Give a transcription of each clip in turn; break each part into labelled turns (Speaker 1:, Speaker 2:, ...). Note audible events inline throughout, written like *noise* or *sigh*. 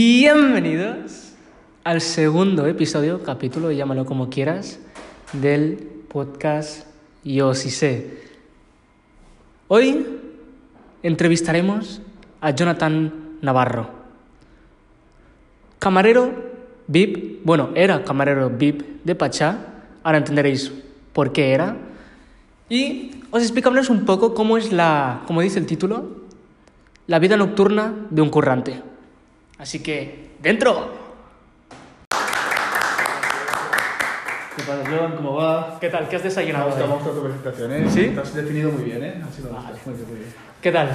Speaker 1: Bienvenidos al segundo episodio, capítulo, llámalo como quieras, del podcast Yo sí sé. Hoy entrevistaremos a Jonathan Navarro, camarero VIP, bueno, era camarero VIP de Pachá, ahora entenderéis por qué era, y os explicamos un poco cómo es la, como dice el título, la vida nocturna de un currante. Así que, ¡dentro!
Speaker 2: ¿Qué pasa, John? ¿Cómo va?
Speaker 1: ¿Qué tal? ¿Qué has
Speaker 2: Me ha
Speaker 1: desayunado?
Speaker 2: gustado
Speaker 1: hoy?
Speaker 2: mucho tu presentación, ¿eh?
Speaker 1: ¿Sí?
Speaker 2: Te has definido muy bien, ¿eh? Así me gusta. Muy bien, muy bien.
Speaker 1: ¿Qué tal?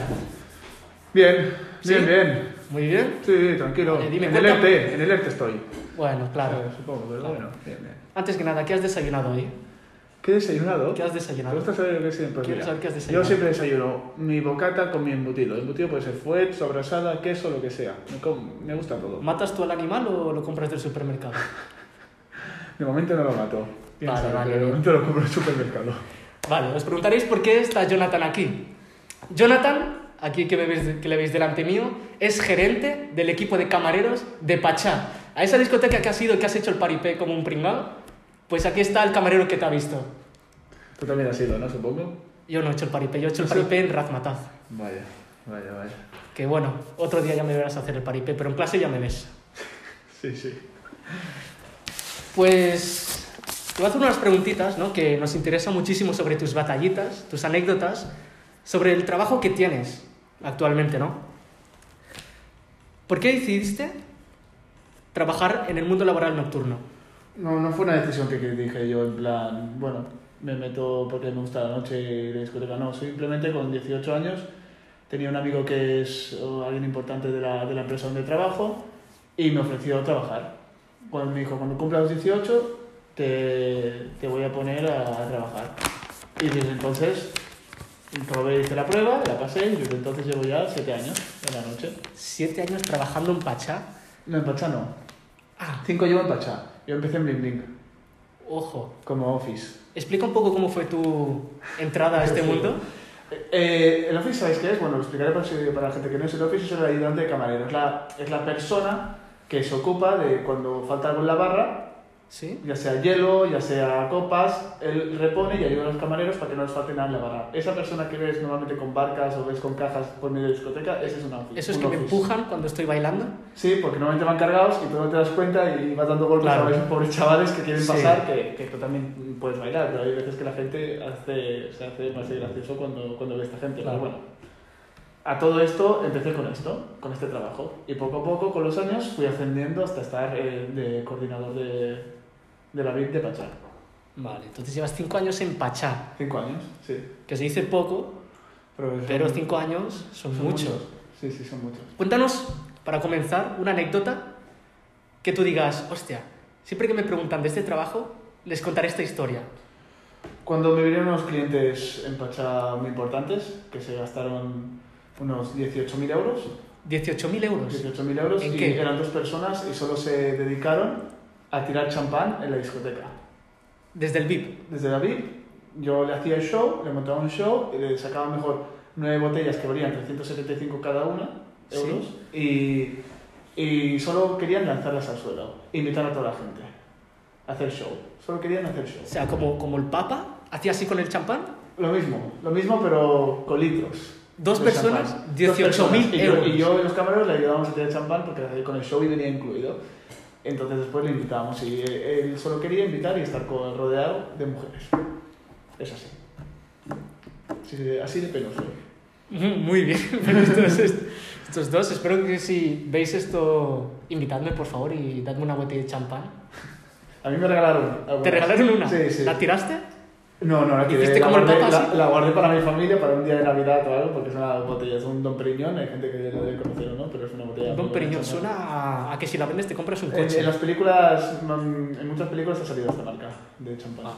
Speaker 2: Bien,
Speaker 1: ¿Sí?
Speaker 2: bien, bien.
Speaker 1: Muy bien.
Speaker 2: Sí, tranquilo.
Speaker 1: Oye, dime,
Speaker 2: en el
Speaker 1: cuéntame.
Speaker 2: ERTE, en el ERTE estoy.
Speaker 1: Bueno, claro.
Speaker 2: Supongo, pero bueno, bien, bien.
Speaker 1: Antes que nada, ¿qué has desayunado hoy?
Speaker 2: ¿Qué he desayunado?
Speaker 1: ¿Qué has
Speaker 2: ¿Te
Speaker 1: desayunado?
Speaker 2: gusta saber qué siempre?
Speaker 1: Quiero
Speaker 2: Mira,
Speaker 1: saber qué has desayunado.
Speaker 2: Yo siempre desayuno mi bocata con mi embutido. Embutido puede ser fuet, sobrasada, queso, lo que sea. Me, com- me gusta todo.
Speaker 1: ¿Matas tú al animal o lo compras del supermercado?
Speaker 2: De momento no lo mato. Piénsalo,
Speaker 1: vale, bien.
Speaker 2: pero De momento lo compro en el supermercado.
Speaker 1: Vale, os preguntaréis por qué está Jonathan aquí. Jonathan, aquí que, me veis- que le veis delante mío, es gerente del equipo de camareros de Pachá. A esa discoteca que has ido, que has hecho el paripé como un pringao, pues aquí está el camarero que te ha visto.
Speaker 2: Tú también has ido, ¿no? Supongo.
Speaker 1: Yo no he hecho el paripé, yo he hecho el
Speaker 2: Sí.
Speaker 1: paripé en Razmataz.
Speaker 2: Vaya, vaya, vaya.
Speaker 1: Que bueno, otro día ya me verás hacer el paripé, pero en clase ya me ves.
Speaker 2: Sí, sí.
Speaker 1: Pues te voy a hacer unas preguntitas, ¿no? Que nos interesa muchísimo sobre tus batallitas, tus anécdotas, sobre el trabajo que tienes actualmente, ¿no? ¿Por qué decidiste trabajar en el mundo laboral nocturno?
Speaker 2: No, no fue una decisión que que dije yo en plan, bueno, me meto porque me gusta la noche y la discoteca. No, simplemente con 18 años tenía un amigo que es eh, alguien importante de la, de la empresa donde trabajo y me ofreció trabajar. Cuando me dijo, cuando cumplas los 18 te, te voy a poner a, trabajar. Y desde entonces probé, hice la prueba, la pasé y desde entonces llevo ya 7 años en la noche.
Speaker 1: Siete años trabajando en Pachá.
Speaker 2: No, en Pachá no.
Speaker 1: Ah,
Speaker 2: 5 llevo en Pachá. Yo empecé en Bling Bling
Speaker 1: ojo.
Speaker 2: como office.
Speaker 1: Explica un poco cómo fue tu entrada a este mundo.
Speaker 2: Eh, el Office, ¿sabéis qué es? Bueno, lo explicaré para, si- para la gente que no es el Office, es el ayudante de camarero. Es la, es la persona que se ocupa de cuando falta algo en la barra,
Speaker 1: ¿Sí?
Speaker 2: ya sea hielo, ya sea copas, él repone y ayuda a los camareros para que no les falte nada en la barra. Esa persona que ves normalmente con barcas o ves con cajas por medio de discoteca, ese es un Office.
Speaker 1: ¿Eso es
Speaker 2: un
Speaker 1: que me
Speaker 2: office.
Speaker 1: empujan cuando estoy bailando?
Speaker 2: Sí, porque normalmente van cargados y tú no te das cuenta y vas dando golpes
Speaker 1: Claro.
Speaker 2: a los pobres chavales que quieren
Speaker 1: Sí.
Speaker 2: pasar, que, que tú también puedes bailar, pero hay veces que la gente hace, se hace más gracioso cuando, cuando ve esta gente.
Speaker 1: Claro.
Speaker 2: Pero bueno, a todo esto empecé con esto, con este trabajo. Y poco a poco, con los años, fui ascendiendo hasta estar eh, de coordinador de, de la VIP de E Pachá.
Speaker 1: Vale, entonces llevas cinco años en Pachá,
Speaker 2: Cinco años, sí.
Speaker 1: que se dice poco,
Speaker 2: son-
Speaker 1: pero cinco años son,
Speaker 2: son
Speaker 1: muchos.
Speaker 2: Sí, sí, son muchos.
Speaker 1: Cuéntanos, para comenzar, una anécdota que tú digas, hostia, siempre que me preguntan de este trabajo, les contaré esta historia.
Speaker 2: Cuando me vinieron unos clientes en Pachá muy importantes, que se gastaron unos 18.000 euros,
Speaker 1: 18.000 euros.
Speaker 2: 18.000 euros,
Speaker 1: Pues, ¿En
Speaker 2: y
Speaker 1: qué?
Speaker 2: eran dos personas y solo se dedicaron a tirar champán en la discoteca.
Speaker 1: Desde el VIP.
Speaker 2: Desde la VIP, yo le hacía el show, le montaba un show y le sacaba mejor nueve botellas que valían 375 cada una,
Speaker 1: Sí.
Speaker 2: euros, y, y solo querían lanzarlas al suelo, invitar a toda la gente a hacer show. Solo querían hacer show.
Speaker 1: O sea, como, como el Papa hacía así con el champán.
Speaker 2: Lo mismo, lo mismo pero con litros.
Speaker 1: Dos
Speaker 2: de
Speaker 1: personas,
Speaker 2: champán.
Speaker 1: 18.000
Speaker 2: Y yo-
Speaker 1: euros.
Speaker 2: Y yo y los camareros le ayudábamos a tirar champán porque con el show y venía incluido. Entonces después le invitábamos y él solo quería invitar y estar con- rodeado de mujeres. Es así. Sí, sí, así de penoso.
Speaker 1: Mm, Muy bien, *laughs* Pero estos, est- estos dos, espero que si veis esto, invitadme por favor y dadme una botella de champán.
Speaker 2: A mí me regalaron. algunas.
Speaker 1: ¿Te regalaron una?
Speaker 2: Sí, sí.
Speaker 1: ¿La tiraste?
Speaker 2: No, no, la tiré.
Speaker 1: ¿Hiciste
Speaker 2: la,
Speaker 1: como el
Speaker 2: guardé,
Speaker 1: Papa,
Speaker 2: la,
Speaker 1: así?
Speaker 2: la guardé para mi familia para un día de Navidad o algo porque es una botella, es un Don Periñón. Hay gente que ya lo debe conocer o no, pero es una botella.
Speaker 1: Don
Speaker 2: muy
Speaker 1: Periñón,
Speaker 2: buena.
Speaker 1: suena a, a que si la vendes te compras un
Speaker 2: En,
Speaker 1: coche.
Speaker 2: Eh, en las películas, mm, en muchas películas ha salido esta marca de champán.
Speaker 1: Ah.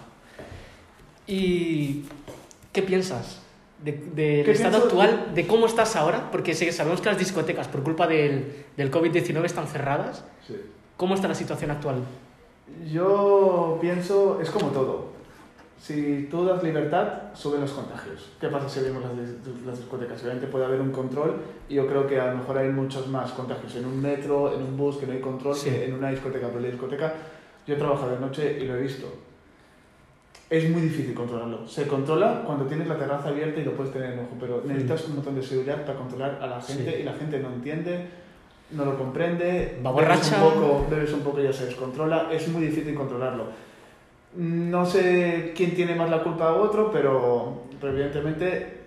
Speaker 1: ¿Y qué piensas de- del
Speaker 2: ¿Qué
Speaker 1: estado
Speaker 2: pienso?
Speaker 1: actual, de cómo estás ahora? Porque sí, sabemos que las discotecas, por culpa del, del COVID-19, están cerradas.
Speaker 2: Sí.
Speaker 1: ¿Cómo está la situación actual?
Speaker 2: Yo pienso, es como todo. Si tú das libertad, suben los contagios. ¿Qué pasa si abrimos las, dis- las discotecas? Obviamente puede haber un control y yo creo que a lo mejor hay muchos más contagios en un metro, en un bus, que no hay control,
Speaker 1: Sí.
Speaker 2: que en una discoteca. Pero la discoteca, yo he trabajado de noche y lo he visto. Es muy difícil controlarlo. Se controla cuando tienes la terraza abierta y lo puedes tener en ojo, pero necesitas un montón de seguridad para controlar a la gente
Speaker 1: Mm. Sí.
Speaker 2: y la gente no entiende, no lo comprende.
Speaker 1: Va
Speaker 2: bebes
Speaker 1: borracha.
Speaker 2: un poco, bebes un poco y ya se descontrola. Es muy difícil controlarlo. No sé quién tiene más la culpa a otro, pero, pero evidentemente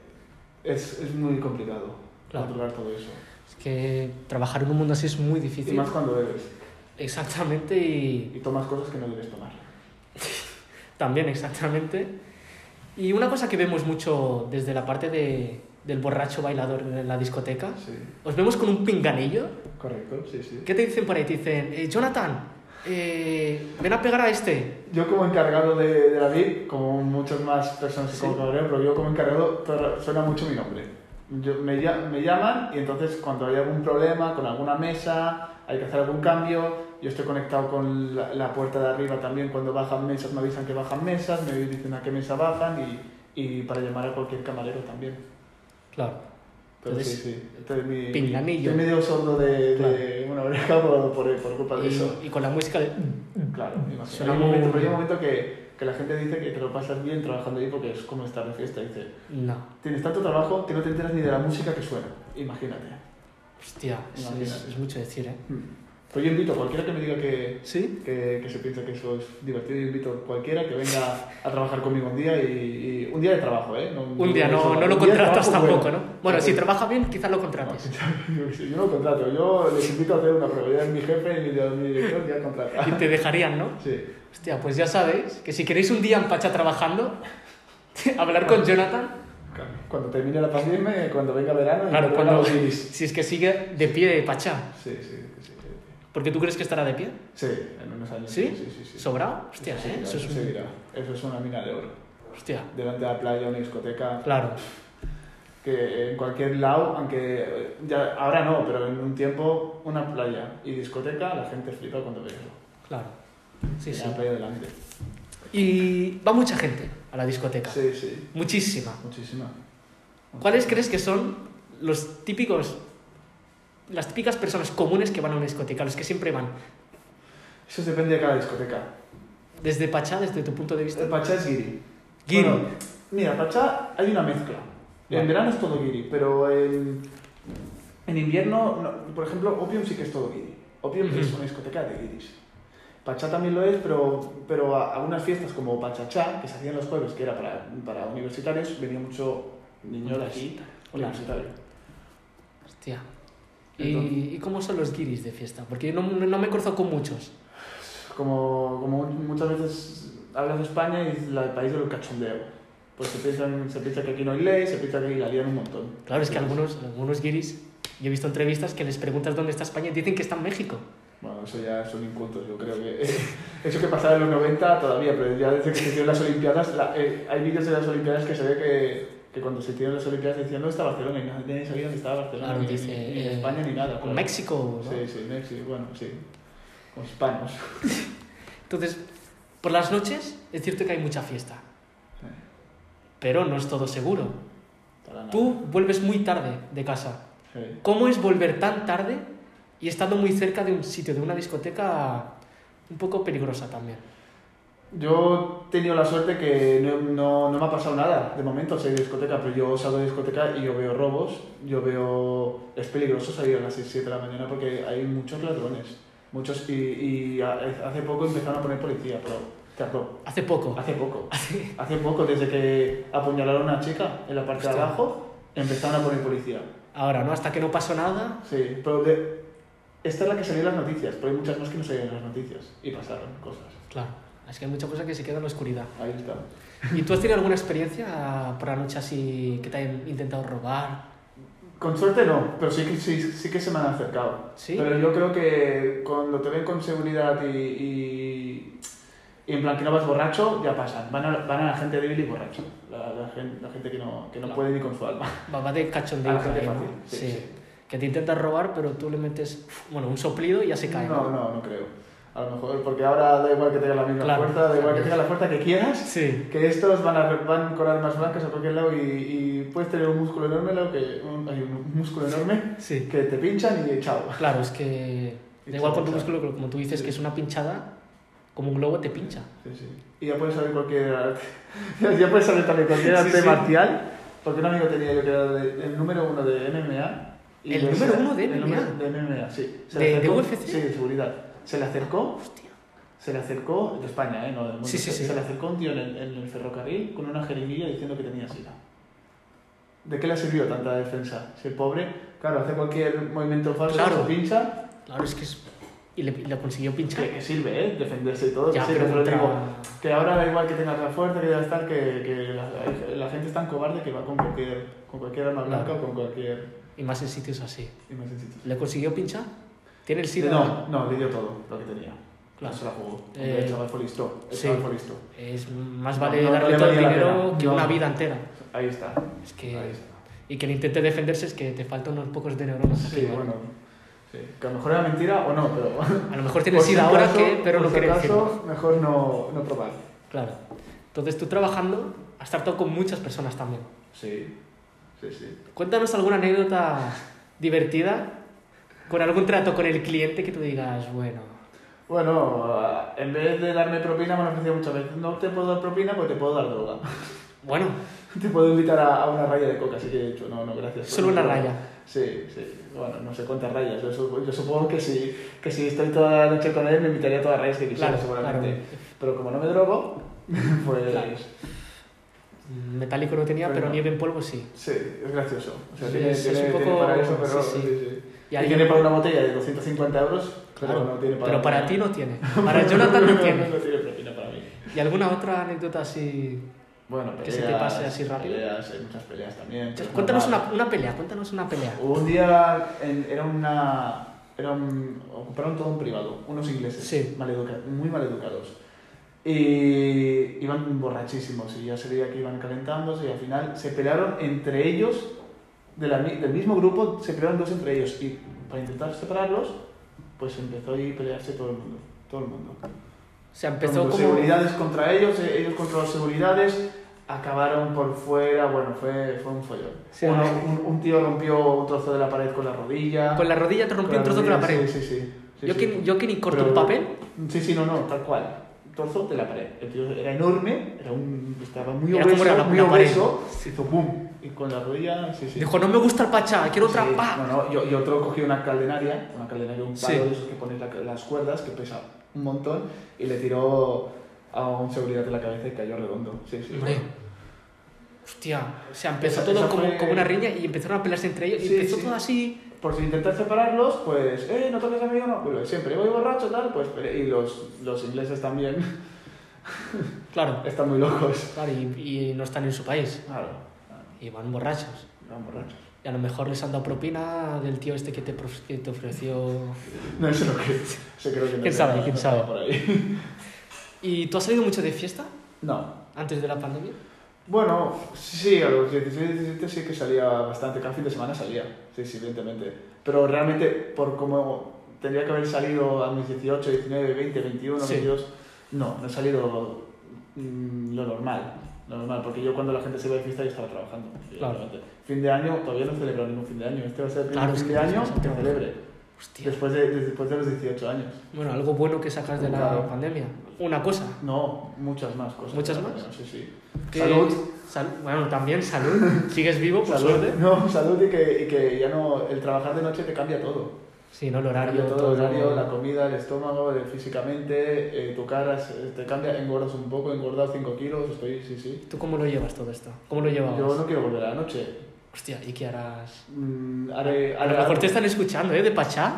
Speaker 2: es, es muy complicado
Speaker 1: Claro.
Speaker 2: controlar todo eso.
Speaker 1: Es que trabajar en un mundo así es muy
Speaker 2: Y
Speaker 1: difícil.
Speaker 2: más cuando bebes
Speaker 1: Exactamente, y
Speaker 2: y tomas cosas que no debes tomar.
Speaker 1: también exactamente. Y una cosa que vemos mucho desde la parte de- del borracho bailador en la discoteca,
Speaker 2: Sí,
Speaker 1: os vemos con un pinganillo.
Speaker 2: correcto, sí, sí.
Speaker 1: ¿Qué te dicen por ahí? Te dicen, "Eh, Jonathan, eh, ven a pegar a este.
Speaker 2: Yo como encargado de, de la VIP, como muchas más personas que
Speaker 1: Sí.
Speaker 2: como camarero, pero yo como encargado tra- suena mucho mi nombre. Yo- me, lla- me llaman y entonces cuando hay algún problema con alguna mesa, hay que hacer algún cambio, yo estoy conectado con la, la puerta de arriba también, cuando bajan mesas me avisan que bajan mesas, me dicen a qué mesa bajan y, y para llamar a cualquier camarero también.
Speaker 1: Claro.
Speaker 2: Pero sí,
Speaker 1: Entonces,
Speaker 2: sí, estoy mi-
Speaker 1: pinganillo.
Speaker 2: estoy medio sordo de, de una oreja *laughs* por, por, por culpa de eso.
Speaker 1: Y, y con la música de...
Speaker 2: Claro, imagino.
Speaker 1: Suena
Speaker 2: hay un
Speaker 1: muy-
Speaker 2: momento, pero hay un momento que, que la gente dice que te lo pasas bien trabajando ahí porque es como estar de fiesta. Dice,
Speaker 1: No,
Speaker 2: tienes tanto trabajo que no te enteras ni de la música que suena. Imagínate.
Speaker 1: hostia, es, es- es mucho decir, ¿eh?
Speaker 2: Pues yo invito a cualquiera que me diga que,
Speaker 1: ¿Sí?
Speaker 2: que, que se piensa que eso es divertido, yo invito a cualquiera que venga a trabajar conmigo un día y, y- un día de trabajo, ¿eh? No-
Speaker 1: Un día, no, no lo
Speaker 2: un día de
Speaker 1: contratas
Speaker 2: trabajo
Speaker 1: tampoco,
Speaker 2: bueno.
Speaker 1: ¿no? Bueno, si trabaja bien, quizás lo contrates.
Speaker 2: *laughs* Yo no contrato, yo les invito a hacer una prueba. Ya es mi jefe, mi, mi director, ya contrata.
Speaker 1: Y te dejarían, ¿no?
Speaker 2: Sí.
Speaker 1: Hostia, pues ya sabéis que si queréis un día en Pacha trabajando, *laughs* hablar con Jonathan.
Speaker 2: Claro. Cuando termine la pandemia, cuando venga verano,
Speaker 1: Claro,
Speaker 2: y
Speaker 1: cuando,
Speaker 2: Sí,
Speaker 1: si es que sigue de pie de Pachá.
Speaker 2: sí, sí. sí.
Speaker 1: Porque tú crees que estará de pie.
Speaker 2: Sí, en unos años.
Speaker 1: ¿Sí?
Speaker 2: Sí, sí, sí.
Speaker 1: ¿Sobrado? Hostia,
Speaker 2: Eso
Speaker 1: ¿eh?
Speaker 2: seguirá,
Speaker 1: Eso es
Speaker 2: eso
Speaker 1: un-
Speaker 2: seguirá. Eso es una mina de oro.
Speaker 1: Hostia,
Speaker 2: Delante de la playa, una discoteca,
Speaker 1: claro.
Speaker 2: que en cualquier lado, aunque eh, ya, ahora no, pero en un tiempo, una playa y discoteca, la gente flipa cuando ve eso.
Speaker 1: Claro. Sí,
Speaker 2: Y
Speaker 1: sí.
Speaker 2: La playa delante.
Speaker 1: Y va mucha gente a la discoteca.
Speaker 2: Sí, sí.
Speaker 1: Muchísima.
Speaker 2: Muchísima.
Speaker 1: ¿Cuáles crees que son los típicos, las típicas personas comunes que van a una discoteca? Los que siempre van.
Speaker 2: Eso depende de cada discoteca.
Speaker 1: Desde Pachá, desde tu punto de vista.
Speaker 2: El Este Pachá es guiri.
Speaker 1: Guiri.
Speaker 2: Bueno, mira, Pachá hay una mezcla.
Speaker 1: Vale.
Speaker 2: En verano es todo guiri, pero en, en invierno, no. por ejemplo, Opium sí que es todo guiri. Opium
Speaker 1: Ujú.
Speaker 2: es una discoteca de guiris. Pachá también lo es, pero, pero a algunas fiestas como Pachachá, que se hacían los jueves, que era para, para universitarios, venía mucho niño de aquí,
Speaker 1: Claro.
Speaker 2: universitario.
Speaker 1: Hostia.
Speaker 2: Entonces-
Speaker 1: ¿Y, y cómo son los guiris de fiesta? Porque yo no, no- no me he cruzado con muchos.
Speaker 2: como, como muchas veces hablas de España y es la- el país del cachondeo. Pues se piensan, se piensa que aquí no hay ley, se piensa que aquí la lían un montón.
Speaker 1: Claro, es que
Speaker 2: Entonces,
Speaker 1: algunos, algunos guiris, yo he visto entrevistas que les preguntas dónde está España y dicen que está en México.
Speaker 2: Bueno, eso ya son incultos, yo creo que... *laughs* eso que pasaba en los 90 todavía, pero ya desde que se hicieron las Olimpiadas, la- eh, hay vídeos de las Olimpiadas que se ve que, que cuando se hicieron las Olimpiadas decían, ¿dónde está Barcelona? Y nadie sabía dónde estaba Barcelona,
Speaker 1: Claro,
Speaker 2: ni,
Speaker 1: dice,
Speaker 2: ni- ni
Speaker 1: eh,
Speaker 2: España ni nada. claro.
Speaker 1: México, ¿no?
Speaker 2: Sí, sí, México, bueno, sí. Con hispanos. *laughs*
Speaker 1: Entonces, por las noches es cierto que hay mucha fiesta, pero no es todo seguro.
Speaker 2: Para nada.
Speaker 1: Tú vuelves muy tarde de casa.
Speaker 2: Sí.
Speaker 1: ¿Cómo es volver tan tarde y estando muy cerca de un sitio, de una discoteca un poco peligrosa también?
Speaker 2: Yo he tenido la suerte que no, no, no me ha pasado nada de momento soy de discoteca, pero yo salgo de discoteca y yo veo robos, yo veo... Es peligroso salir a las 6, 7 de la mañana porque hay muchos ladrones, muchos... Y, y a- hace poco empezaron a poner policía, pero tardó.
Speaker 1: Hace poco. *laughs*
Speaker 2: Hace poco. Hace poco, desde que apuñalaron a una chica en la parte de
Speaker 1: Hostia.
Speaker 2: abajo, empezaron a poner policía.
Speaker 1: Ahora, ¿no? Hasta que no pasó nada.
Speaker 2: Sí, pero de- esta es la que salió en las noticias, pero hay muchas más que no salieron en las noticias. Y pasaron cosas.
Speaker 1: Claro, es que hay mucha cosa que se queda en la oscuridad.
Speaker 2: Ahí está.
Speaker 1: ¿Y tú has tenido alguna experiencia por la noche así que te hayan intentado robar?
Speaker 2: Con suerte no, pero sí que, sí, sí que se me han acercado.
Speaker 1: ¿Sí?
Speaker 2: Pero yo creo que cuando te ven con seguridad y, y, y en plan que no vas borracho, ya pasan. Van a, van a la gente débil y borracho. La, la gen- la gente que no, que no
Speaker 1: Claro.
Speaker 2: puede ni con su alma.
Speaker 1: Va, va de cachondeo.
Speaker 2: A la gente
Speaker 1: ahí, ¿no?
Speaker 2: Ah, fácil, sí, sí.
Speaker 1: Que te intentas robar, pero tú le metes, bueno, un soplido y ya se cae.
Speaker 2: No, no, no creo. A lo mejor, porque ahora da igual que tenga la misma
Speaker 1: Claro.
Speaker 2: fuerza, da igual que tenga la fuerza que quieras,
Speaker 1: Sí.
Speaker 2: que estos van, a, van con armas blancas a cualquier lado y, y puedes tener un músculo enorme, lo que, un- hay un músculo enorme
Speaker 1: Sí.
Speaker 2: que te pinchan y chao.
Speaker 1: Claro, es que.
Speaker 2: Y
Speaker 1: Da igual
Speaker 2: te
Speaker 1: con tu
Speaker 2: pincha.
Speaker 1: músculo, como tú dices, que es una pinchada, como un globo te pincha.
Speaker 2: Sí, sí. Y ya puedes saber cualquier arte, *laughs* ya puedes saber también cualquier
Speaker 1: Sí,
Speaker 2: arte
Speaker 1: sí.
Speaker 2: marcial, porque un amigo tenía yo que era de- el número uno de MMA.
Speaker 1: ¿El
Speaker 2: le-
Speaker 1: número
Speaker 2: se-
Speaker 1: uno de
Speaker 2: el número
Speaker 1: MMA?
Speaker 2: de MMA, sí.
Speaker 1: ¿De-
Speaker 2: le
Speaker 1: de
Speaker 2: acercó-
Speaker 1: UFC?
Speaker 2: Sí, de seguridad. Se le acercó, se le acercó, de España, ¿eh? No, del mundo.
Speaker 1: Sí, sí,
Speaker 2: se,
Speaker 1: sí.
Speaker 2: se le acercó un tío en el, en el ferrocarril con una jeringuilla diciendo que tenía sida. ¿De qué le sirvió tanta defensa? Si el pobre, claro, hace cualquier movimiento falso,
Speaker 1: Claro.
Speaker 2: se pincha,
Speaker 1: Claro, es que es. Y le, le consiguió pinchar.
Speaker 2: que, que sirve, ¿eh? Defenderse y todo.
Speaker 1: Ya,
Speaker 2: que
Speaker 1: pero
Speaker 2: sirve, pero
Speaker 1: contra-
Speaker 2: digo, que ahora da igual que tengas la fuerza, que debas estar, que, que la, la gente es tan cobarde que va con cualquier, con cualquier arma blanca
Speaker 1: Claro.
Speaker 2: o con cualquier...
Speaker 1: Y más en sitios así.
Speaker 2: y más en sitios.
Speaker 1: ¿Le consiguió pinchar? ¿Tiene el SIDA?
Speaker 2: no, no, le dio todo lo que tenía.
Speaker 1: Claro.
Speaker 2: No se la jugó.
Speaker 1: Eh,
Speaker 2: el chaval fue listo. El
Speaker 1: sí.
Speaker 2: chaval fue listo.
Speaker 1: Es más
Speaker 2: No,
Speaker 1: vale
Speaker 2: no, no
Speaker 1: darle
Speaker 2: le
Speaker 1: todo el
Speaker 2: valía la
Speaker 1: dinero
Speaker 2: pena.
Speaker 1: que
Speaker 2: No.
Speaker 1: una vida entera.
Speaker 2: Ahí está.
Speaker 1: Es que.
Speaker 2: Ahí está.
Speaker 1: Y que el intente defenderse es que te faltan unos pocos de neuronas.
Speaker 2: Sí,
Speaker 1: aquí, ¿vale?
Speaker 2: bueno. sí. Que a lo mejor era mentira o no, pero...
Speaker 1: A lo mejor tienes
Speaker 2: por si
Speaker 1: SIDA ahora,
Speaker 2: acaso-
Speaker 1: que, pero
Speaker 2: por
Speaker 1: no
Speaker 2: si
Speaker 1: quieres
Speaker 2: acaso,
Speaker 1: decirlo.
Speaker 2: mejor no, no probar.
Speaker 1: Claro. Entonces tú trabajando has tratado con muchas personas también.
Speaker 2: Sí. Sí, sí.
Speaker 1: Cuéntanos alguna anécdota divertida con algún trato con el cliente que tú digas, bueno,
Speaker 2: Bueno, ah, en vez de darme propina, me han ofrecido muchas veces. No te puedo dar propina, pues te puedo dar droga.
Speaker 1: bueno,
Speaker 2: *laughs* te puedo invitar a, a una raya de coca, así que he dicho, no, no, gracias.
Speaker 1: Solo una raya.
Speaker 2: Sí, sí. Bueno, no sé cuántas rayas. Yo, sup- yo supongo que si, que si estoy toda la noche con él, me invitaría a todas las rayas que quisiera,
Speaker 1: Claro,
Speaker 2: seguramente.
Speaker 1: claro.
Speaker 2: Pero como no me drogo, *laughs* pues.
Speaker 1: Claro. metálico no tenía, pero,
Speaker 2: Pero no.
Speaker 1: nieve en polvo sí.
Speaker 2: Sí, es gracioso. O sea,
Speaker 1: Sí,
Speaker 2: tiene,
Speaker 1: es- es
Speaker 2: tiene-
Speaker 1: un
Speaker 2: tiene
Speaker 1: poco-
Speaker 2: para eso, pero.
Speaker 1: sí, sí. Y
Speaker 2: Y,
Speaker 1: alguien-
Speaker 2: tiene para una botella de 250 euros,
Speaker 1: Claro,
Speaker 2: pero no tiene para.
Speaker 1: pero para ti no tiene. Para Jonathan no tiene.
Speaker 2: *laughs* No tiene propina para mí.
Speaker 1: ¿Y alguna otra anécdota así?
Speaker 2: Bueno,
Speaker 1: Que se te pase así rápido.
Speaker 2: Peleas, hay muchas peleas también. pero es
Speaker 1: Cuéntanos
Speaker 2: normal.
Speaker 1: una, una pelea, cuéntanos una pelea.
Speaker 2: Hubo un día, en- era una. Era un, ocuparon todo un privado, unos ingleses,
Speaker 1: Sí.
Speaker 2: maleduca- muy maleducados. Y iban borrachísimos y ya se veía que iban calentándose y al final se pelearon entre ellos, de la mi- del mismo grupo, se pelearon dos entre ellos. Y para intentar separarlos, pues empezó ahí a pelearse todo el mundo. Todo el mundo.
Speaker 1: O sea, empezó
Speaker 2: Con
Speaker 1: como...
Speaker 2: seguridades contra ellos, eh, ellos contra las seguridades, acabaron por fuera, bueno, fue, fue un follón.
Speaker 1: Sí,
Speaker 2: Uno-
Speaker 1: ah.
Speaker 2: un, un tío rompió un trozo de la pared con la rodilla.
Speaker 1: Con la rodilla te rompió un trozo con la
Speaker 2: rodilla,
Speaker 1: pared.
Speaker 2: Sí, sí, sí. Sí,
Speaker 1: yo,
Speaker 2: sí.
Speaker 1: Que, yo que ni corto
Speaker 2: Pero-
Speaker 1: un papel.
Speaker 2: Sí, sí, no, no, tal cual. Trozo de la pared. El tío era enorme, era un, estaba muy
Speaker 1: Era como
Speaker 2: obeso,
Speaker 1: una- una
Speaker 2: muy
Speaker 1: pared.
Speaker 2: obeso. Se hizo boom. Y con la rodilla, sí, sí.
Speaker 1: Dijo, no me gusta el pachá, quiero otra
Speaker 2: Sí,
Speaker 1: pa.
Speaker 2: No, no, yo, yo otro cogí una caldenaria, una caldenaria, un palo
Speaker 1: Sí.
Speaker 2: de esos que pones la- las cuerdas, que pesa un montón, y le tiró a un seguridad de la cabeza y cayó redondo. Sí, sí.
Speaker 1: Hombre. Hostia, o sea, empezó
Speaker 2: Esa-
Speaker 1: todo
Speaker 2: esa
Speaker 1: como,
Speaker 2: fue-
Speaker 1: como una riña y empezaron a pelearse entre ellos. y
Speaker 2: Sí,
Speaker 1: empezó
Speaker 2: sí.
Speaker 1: todo así.
Speaker 2: Por si intentas separarlos, pues, eh, no toques a mí, no. Pues lo de siempre, voy borracho, tal, pues, pero- y los, los ingleses también *laughs*
Speaker 1: Claro.
Speaker 2: están muy locos.
Speaker 1: Claro, y, y no están en su país.
Speaker 2: Claro,
Speaker 1: Y van borrachos.
Speaker 2: van borrachos.
Speaker 1: Y a lo mejor les han dado propina del tío este que te, prof- que te ofreció.
Speaker 2: No, eso no creo. Eso creo que no
Speaker 1: ¿Quién sabe?
Speaker 2: creo,
Speaker 1: ¿Quién
Speaker 2: no
Speaker 1: sabe?
Speaker 2: está por ahí. *laughs*
Speaker 1: ¿Y tú has salido mucho de fiesta
Speaker 2: No,
Speaker 1: antes de la pandemia?
Speaker 2: Bueno, sí, a los 16, 17 sí que salía bastante, cada fin de semana salía, sí, sí, evidentemente. Pero realmente, por cómo tendría que haber salido a mis 18, 19, 20, 21,
Speaker 1: Sí.
Speaker 2: 22, no, no he salido mm, lo normal, lo normal, porque yo cuando la gente se iba de fiesta yo estaba trabajando,
Speaker 1: Claro.
Speaker 2: evidentemente. Fin de año, todavía no he celebrado ningún fin de año, este va a ser el primer
Speaker 1: Claro, es
Speaker 2: fin
Speaker 1: que
Speaker 2: de
Speaker 1: tienes
Speaker 2: año
Speaker 1: que
Speaker 2: que
Speaker 1: hacer-
Speaker 2: celebre,
Speaker 1: Hostia.
Speaker 2: después de, después de los 18 años.
Speaker 1: Bueno, algo bueno que sacas de la
Speaker 2: Claro.
Speaker 1: pandemia. Una cosa.
Speaker 2: No, muchas más cosas.
Speaker 1: ¿Muchas
Speaker 2: Pero
Speaker 1: más?
Speaker 2: bueno, Sí, sí.
Speaker 1: que-
Speaker 2: Salud.
Speaker 1: sal- bueno, también salud.
Speaker 2: *laughs*
Speaker 1: Sigues vivo, por
Speaker 2: Salud, ¿eh?
Speaker 1: suerte.
Speaker 2: *laughs* no, salud y que, y que ya no, el trabajar de noche te cambia todo.
Speaker 1: Sí, no, el
Speaker 2: Te
Speaker 1: horario.
Speaker 2: cambia todo, el horario, la comida, el estómago, el- físicamente, eh, tu cara, se- te cambia, engordas un poco, he engordado 5 kilos, estoy, sí, sí.
Speaker 1: ¿Tú cómo lo llevas todo esto? ¿Cómo lo llevabas?
Speaker 2: Yo no quiero volver a la noche.
Speaker 1: Hostia, ¿y qué harás?
Speaker 2: Mm, haré,
Speaker 1: A
Speaker 2: haré
Speaker 1: lo mejor
Speaker 2: algo.
Speaker 1: te están escuchando, ¿eh? De Pachá.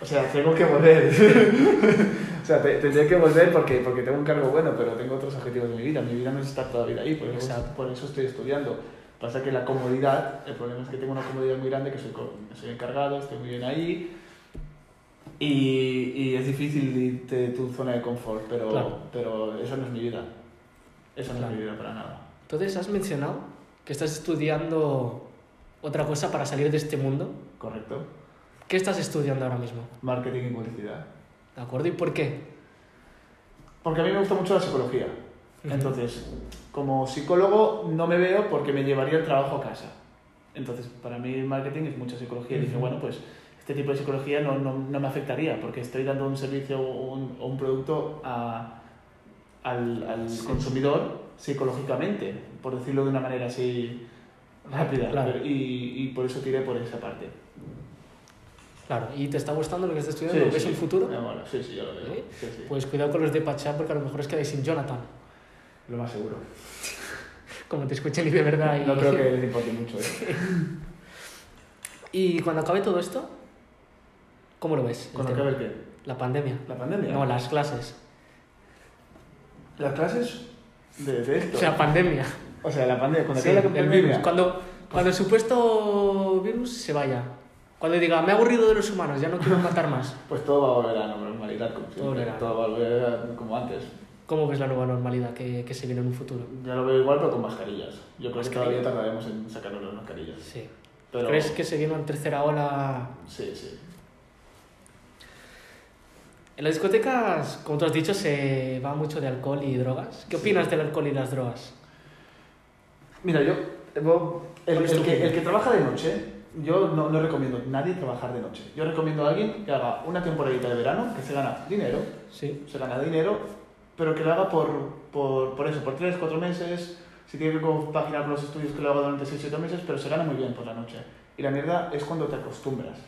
Speaker 2: O sea, tengo que volver. *laughs* o sea, te- tendré que volver porque, porque tengo un cargo bueno, pero tengo otros objetivos de mi vida. Mi vida no es estar toda la vida ahí, por eso,
Speaker 1: Exacto.
Speaker 2: por eso estoy estudiando. Pasa que la comodidad, el problema es que tengo una comodidad muy grande, que soy, co- soy encargado, estoy muy bien ahí. Y, y es difícil irte de tu zona de confort, pero,
Speaker 1: Claro.
Speaker 2: pero esa no es mi vida. Esa no
Speaker 1: Claro.
Speaker 2: es mi vida para nada.
Speaker 1: Entonces, has mencionado que estás estudiando otra cosa para salir de este mundo.
Speaker 2: ¿Correcto?
Speaker 1: ¿Qué estás estudiando ahora mismo?
Speaker 2: Marketing y publicidad.
Speaker 1: ¿De acuerdo? ¿Y por qué?
Speaker 2: Porque a mí me gusta mucho la psicología.
Speaker 1: Ujú.
Speaker 2: Entonces, como psicólogo no me veo porque me llevaría el trabajo a casa. Entonces, para mí el marketing es mucha psicología. Dice,
Speaker 1: Ujú.
Speaker 2: bueno, pues este tipo de psicología no, no, no me afectaría porque estoy dando un servicio o un, o un producto a- al, al consumidor psicológicamente, por decirlo de una manera así rápida.
Speaker 1: Claro.
Speaker 2: Y, y por eso tiré por esa parte.
Speaker 1: Claro, ¿y te está gustando lo que estás estudiando?
Speaker 2: Sí,
Speaker 1: ¿Lo ves
Speaker 2: sí.
Speaker 1: el futuro?
Speaker 2: Ah, bueno, sí, sí, yo lo veo.
Speaker 1: ¿Sí?
Speaker 2: Sí, sí.
Speaker 1: Pues cuidado con los de Pachá porque a lo mejor os quedáis sin Jonathan. *laughs*
Speaker 2: lo más seguro.
Speaker 1: Como te escuchen y de verdad. Y,
Speaker 2: No creo que les importe mucho. ¿eh?
Speaker 1: y cuando acabe todo esto, ¿cómo lo ves? el
Speaker 2: Cuando
Speaker 1: tema?
Speaker 2: acabe el qué?
Speaker 1: La pandemia.
Speaker 2: La pandemia.
Speaker 1: No, las clases.
Speaker 2: Las clases de, de esto.
Speaker 1: O sea, pandemia.
Speaker 2: O sea, la pandemia. Cuando
Speaker 1: Sí,
Speaker 2: acabe la
Speaker 1: el
Speaker 2: pandemia.
Speaker 1: virus. Cuando, cuando el supuesto virus se vaya. Cuando diga, me he aburrido de los humanos, ya no quiero matar más. *laughs*
Speaker 2: Pues todo va a volver a la normalidad, como siempre.
Speaker 1: volverá.
Speaker 2: Todo va a volver a- como antes.
Speaker 1: ¿Cómo ves la nueva normalidad que, que se viene en un futuro?
Speaker 2: Ya lo veo igual, pero con mascarillas. Yo creo que
Speaker 1: Mascarilla.
Speaker 2: todavía tardaremos en sacarnos las mascarillas.
Speaker 1: Sí.
Speaker 2: Pero-
Speaker 1: ¿Crees que se viene una tercera ola?
Speaker 2: Sí, sí.
Speaker 1: En las discotecas, como tú has dicho, se va mucho de alcohol y drogas. ¿Qué opinas del alcohol y las drogas?
Speaker 2: Mira, yo. Bob, el,
Speaker 1: ¿Cuál es
Speaker 2: el
Speaker 1: tu
Speaker 2: que,
Speaker 1: opinión?
Speaker 2: el que trabaja de noche, yo no, no recomiendo a nadie trabajar de noche. Yo recomiendo a alguien que haga una temporadita de verano, que se gana dinero,
Speaker 1: Sí.
Speaker 2: se gana dinero, pero que lo haga por, por, por eso, por 3, 4 meses, si tiene que compaginar con los estudios que lo haga durante 6, 7 meses, pero se gana muy bien por la noche. Y la mierda es cuando te acostumbras.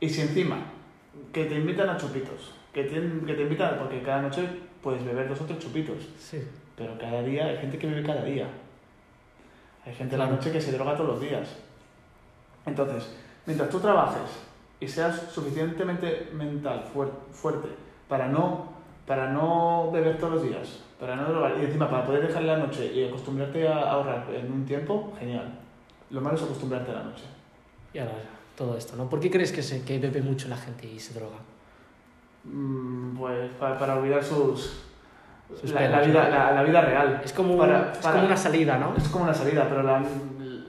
Speaker 2: Y si encima, que te invitan a chupitos, que te, que te invitan, porque cada noche puedes beber dos o tres chupitos,
Speaker 1: Sí.
Speaker 2: pero cada día, hay gente que bebe cada día. Hay gente en
Speaker 1: Claro.
Speaker 2: la noche que se droga todos los días. Entonces, mientras tú trabajes y seas suficientemente mental fuer- fuerte para no, para no beber todos los días, para no drogar y encima para poder dejar la noche y acostumbrarte a ahorrar en un tiempo, genial. Lo malo es acostumbrarte a la noche.
Speaker 1: Y ahora todo esto, ¿no? ¿Por qué crees que, se, que bebe mucho la gente y se droga?
Speaker 2: Mm, Pues para, para olvidar sus...
Speaker 1: Sus
Speaker 2: la, la
Speaker 1: penas,
Speaker 2: vida,
Speaker 1: ¿no?
Speaker 2: la, la vida real.
Speaker 1: Es como,
Speaker 2: Para-
Speaker 1: es
Speaker 2: para-
Speaker 1: como una salida, ¿no?
Speaker 2: Es como una salida, pero la-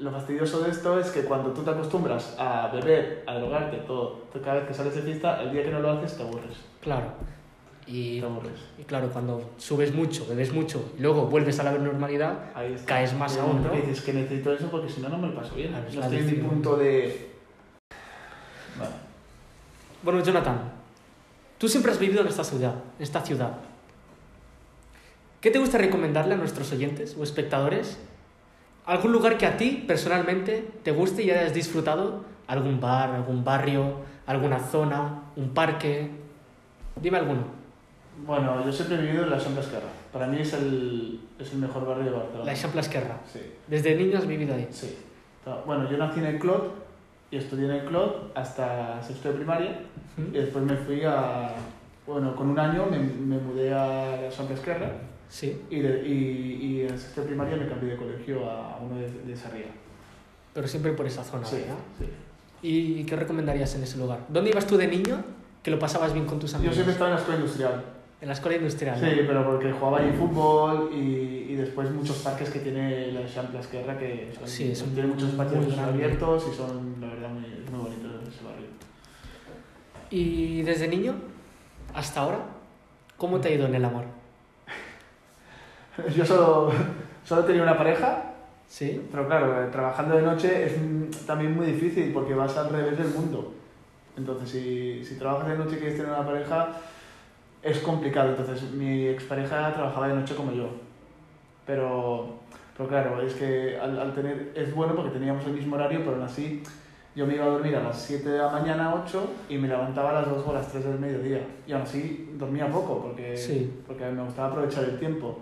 Speaker 2: lo fastidioso de esto es que cuando tú te acostumbras a beber, a drogarte, todo, cada vez que sales de fiesta, el día que no lo haces te aburres.
Speaker 1: Claro. Y,
Speaker 2: Te aburres.
Speaker 1: y claro, cuando subes mucho, bebes mucho, y luego vuelves a la normalidad,
Speaker 2: Ahí está.
Speaker 1: Caes más
Speaker 2: Y
Speaker 1: aún, ¿no?
Speaker 2: que Dices que necesito eso porque si no, no me lo paso bien.
Speaker 1: Claro, es
Speaker 2: no
Speaker 1: la
Speaker 2: estoy en mi
Speaker 1: adicción.
Speaker 2: punto de. Bueno,
Speaker 1: Bueno, Jonathan, tú siempre has vivido en esta ciudad, en esta ciudad. ¿Qué te gusta recomendarle a nuestros oyentes o espectadores? ¿Algún lugar que a ti personalmente te guste y hayas disfrutado? ¿Algún bar, algún barrio, alguna zona, un parque? Dime alguno.
Speaker 2: Bueno, yo siempre he vivido en la Santa Esquerra. Para mí es el, es el mejor barrio de Barcelona.
Speaker 1: La Eixample Esquerra.
Speaker 2: Sí,
Speaker 1: Desde niño has vivido ahí.
Speaker 2: sí. Bueno, yo nací en el Clot y estudié en el Clot hasta sexto de primaria. Y
Speaker 1: ¿Mm?
Speaker 2: después me fui a. Bueno, con un año me, me mudé a la Santa Esquerra
Speaker 1: Sí,
Speaker 2: y, de- y, y en sexto de primaria me cambié de colegio a uno de, de Sarriá.
Speaker 1: pero siempre por esa zona, ¿verdad?
Speaker 2: sí.
Speaker 1: ¿Y qué recomendarías en ese lugar? ¿Dónde ibas tú de niño que lo pasabas bien con tus
Speaker 2: Yo
Speaker 1: amigos?
Speaker 2: siempre estaba en la escuela industrial.
Speaker 1: En la escuela industrial.
Speaker 2: Sí,
Speaker 1: ¿no?
Speaker 2: pero porque jugaba allí fútbol y, y después muchos parques que tiene la Champs Esquerra que son-
Speaker 1: Sí, es un-
Speaker 2: tiene muchos
Speaker 1: muy
Speaker 2: espacios
Speaker 1: grande.
Speaker 2: abiertos y son, la verdad, muy, muy bonitos ese barrio. *laughs*
Speaker 1: Y desde niño hasta ahora, ¿cómo te ha ido en el amor?
Speaker 2: Yo solo, solo tenía una pareja
Speaker 1: ¿Sí?
Speaker 2: Pero claro, eh, trabajando de noche es mm, también muy difícil porque vas al revés del mundo. Entonces, si, si trabajas de noche y quieres tener una pareja, es complicado. Entonces, mi expareja trabajaba de noche como yo. Pero, pero claro, es que al, al tener, es bueno porque teníamos el mismo horario, pero aún así yo me iba a dormir a las 7 de la mañana, 8, y me levantaba a las 2 o a las 3 del mediodía. Y aún así dormía poco porque,
Speaker 1: Sí.
Speaker 2: porque me gustaba aprovechar el tiempo.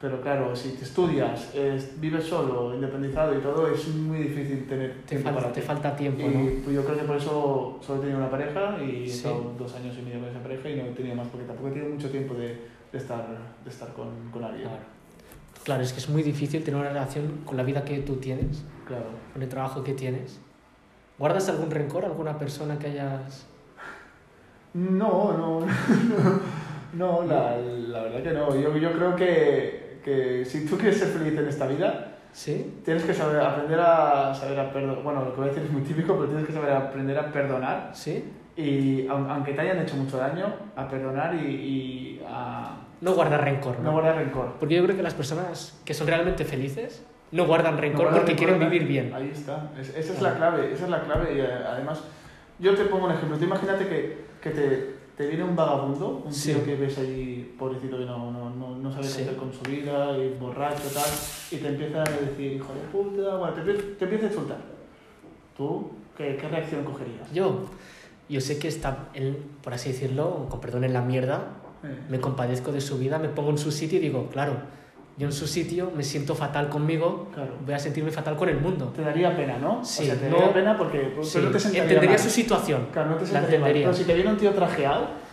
Speaker 2: Pero claro, si te estudias, es- vives solo, independizado y todo, es muy difícil tener
Speaker 1: Te,
Speaker 2: tiempo
Speaker 1: falta-
Speaker 2: para
Speaker 1: te
Speaker 2: ti.
Speaker 1: falta tiempo,
Speaker 2: Y
Speaker 1: ¿no?
Speaker 2: pues yo creo que por eso solo he tenido una pareja y he
Speaker 1: Sí.
Speaker 2: estado dos años y medio con esa pareja y no he tenido más porque tampoco he tenido mucho tiempo de, de estar, de estar con, con alguien.
Speaker 1: Claro. Claro, es que es muy difícil tener una relación con la vida que tú tienes,
Speaker 2: Claro.
Speaker 1: con el trabajo que tienes. ¿Guardas algún rencor a alguna persona que hayas...?
Speaker 2: No, no, *laughs* no, la, la verdad que no. Yo, yo creo que, que si tú quieres ser feliz en esta vida,
Speaker 1: ¿Sí?
Speaker 2: tienes que saber, aprender a saber a perdonar. Bueno, lo que voy a decir es muy típico, pero tienes que saber aprender a perdonar
Speaker 1: ¿Sí?
Speaker 2: Y aun- aunque te hayan hecho mucho daño, a perdonar y, y a
Speaker 1: No guardar rencor.
Speaker 2: no guardar rencor.
Speaker 1: Porque yo creo que las personas que son realmente felices no guardan
Speaker 2: No
Speaker 1: rencor
Speaker 2: guardar
Speaker 1: porque
Speaker 2: rencor,
Speaker 1: quieren
Speaker 2: ¿no?
Speaker 1: vivir bien.
Speaker 2: Ahí está. Es- esa es la clave, esa es la clave. Y eh, además, yo te pongo un ejemplo. Tú imagínate que, que te, te viene un vagabundo, un
Speaker 1: Sí.
Speaker 2: tío que ves allí, pobrecito, que no, no, no, no sabe
Speaker 1: Sí.
Speaker 2: qué hacer con su vida, y es borracho, tal, y te empieza a decir, hijo de puta, bueno, te, empie- te empieza a insultar. ¿Tú qué, qué reacción cogerías?
Speaker 1: Yo, yo sé que está, él, por así decirlo, con perdón en la mierda,
Speaker 2: Eh.
Speaker 1: me compadezco de su vida, me pongo en su sitio y digo, claro, yo en su sitio me siento fatal conmigo,
Speaker 2: Claro.
Speaker 1: voy a sentirme fatal con el mundo.
Speaker 2: Te daría pena, ¿no?
Speaker 1: Sí,
Speaker 2: o sea, te
Speaker 1: no-
Speaker 2: daría pena porque pues, pero
Speaker 1: Sí,
Speaker 2: no te sentaría
Speaker 1: entendería
Speaker 2: mal.
Speaker 1: su situación,
Speaker 2: Claro, no te
Speaker 1: la
Speaker 2: sentaría mal.
Speaker 1: entendería.
Speaker 2: Pero si te viene un tío trajeado,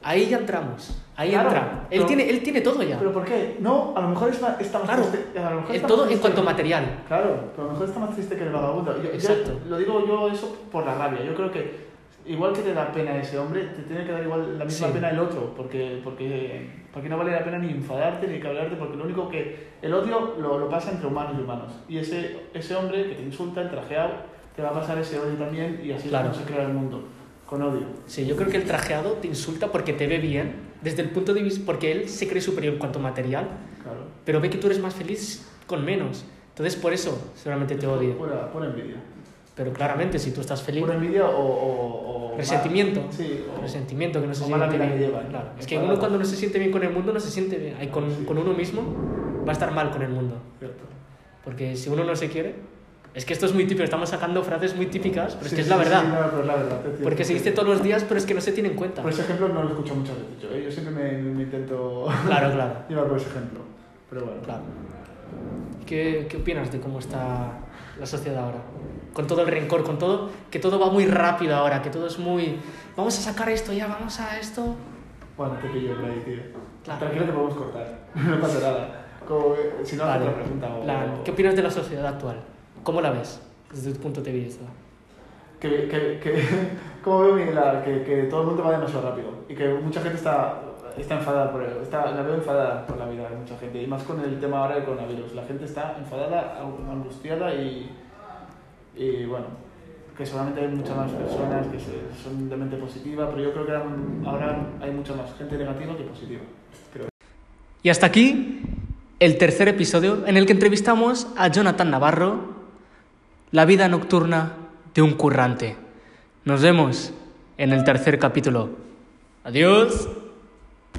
Speaker 1: Ahí ya entramos, ahí
Speaker 2: Claro,
Speaker 1: entra. Él,
Speaker 2: pero-
Speaker 1: tiene, él tiene todo ya,
Speaker 2: ¿pero por qué? No, a lo mejor está, está más
Speaker 1: Claro,
Speaker 2: triste. A lo mejor
Speaker 1: Eh,
Speaker 2: está más
Speaker 1: todo en
Speaker 2: triste.
Speaker 1: cuanto a material.
Speaker 2: Claro, pero a lo mejor está más triste que el vagabundo. Yo- yo
Speaker 1: Exacto.
Speaker 2: lo digo yo eso por la rabia. Yo creo que igual que te da pena ese hombre, te tiene que dar igual la misma
Speaker 1: Sí.
Speaker 2: pena el otro, porque, porque, porque no vale la pena ni enfadarte ni cabrearte, porque lo único que el odio lo, lo pasa entre humanos y humanos. Y ese, ese hombre que te insulta, el trajeado, te va a pasar ese odio también y así
Speaker 1: Claro.
Speaker 2: no se crea el mundo, con odio.
Speaker 1: Sí, yo creo que el trajeado te insulta porque te ve bien, desde el punto de vista, porque él se cree superior en cuanto a material,
Speaker 2: Claro.
Speaker 1: pero ve que tú eres más feliz con menos. Entonces por eso seguramente te odia.
Speaker 2: Pura, pura envidia.
Speaker 1: Pero claramente si tú estás feliz,
Speaker 2: Pura envidia o... o, o
Speaker 1: Resentimiento.
Speaker 2: mal- Sí, o-
Speaker 1: resentimiento que no se
Speaker 2: o
Speaker 1: siente
Speaker 2: mala vida
Speaker 1: bien.
Speaker 2: que lleva, ¿no?
Speaker 1: Claro, es
Speaker 2: Es
Speaker 1: que
Speaker 2: mala
Speaker 1: uno
Speaker 2: vida.
Speaker 1: cuando no se siente bien con el mundo no se siente bien. Ay, con,
Speaker 2: Sí.
Speaker 1: con uno mismo va a estar mal con el mundo.
Speaker 2: Cierto.
Speaker 1: Porque si uno no se quiere... Es que esto es muy típico, estamos sacando frases muy típicas, pero es
Speaker 2: Sí,
Speaker 1: que es
Speaker 2: sí,
Speaker 1: la
Speaker 2: sí,
Speaker 1: verdad.
Speaker 2: sí, no, pero es la verdad. es
Speaker 1: porque
Speaker 2: cierto.
Speaker 1: se dice todos los días, pero es que no se tiene en cuenta.
Speaker 2: Por ese ejemplo no lo escucho muchas veces yo, ¿eh? yo siempre me, me intento *laughs*
Speaker 1: Claro, claro,
Speaker 2: llevar por ese ejemplo. Pero bueno,
Speaker 1: claro. ¿Qué, qué opinas de cómo está la sociedad ahora? Con todo el rencor, con todo, que todo va muy rápido ahora, que todo es muy... Vamos a sacar esto ya, vamos a esto.
Speaker 2: bueno, te pillo por ahí, tío.
Speaker 1: Claro.
Speaker 2: Tranquilo que podemos cortar, *laughs* no pasa nada. Como, eh, si no, haces
Speaker 1: Vale.
Speaker 2: otra pregunta o...
Speaker 1: Plan, ¿Qué opinas de la sociedad actual? ¿Cómo la ves desde tu punto de vista?
Speaker 2: que, que, que, *laughs* como veo mi- la- que, que todo el mundo va demasiado rápido y que mucha gente está, está enfadada por el- está, la veo enfadada por la vida de mucha gente y más con el tema ahora del coronavirus la gente está enfadada ang- angustiada y, y bueno que solamente hay muchas más personas que se- son de mente positiva pero yo creo que ahora- ahora hay mucha más gente negativa que positiva creo.
Speaker 1: Y hasta aquí el tercer episodio en el que entrevistamos a Jonathan Navarro, la vida nocturna de un currante. Nos vemos en el tercer capítulo. Adiós.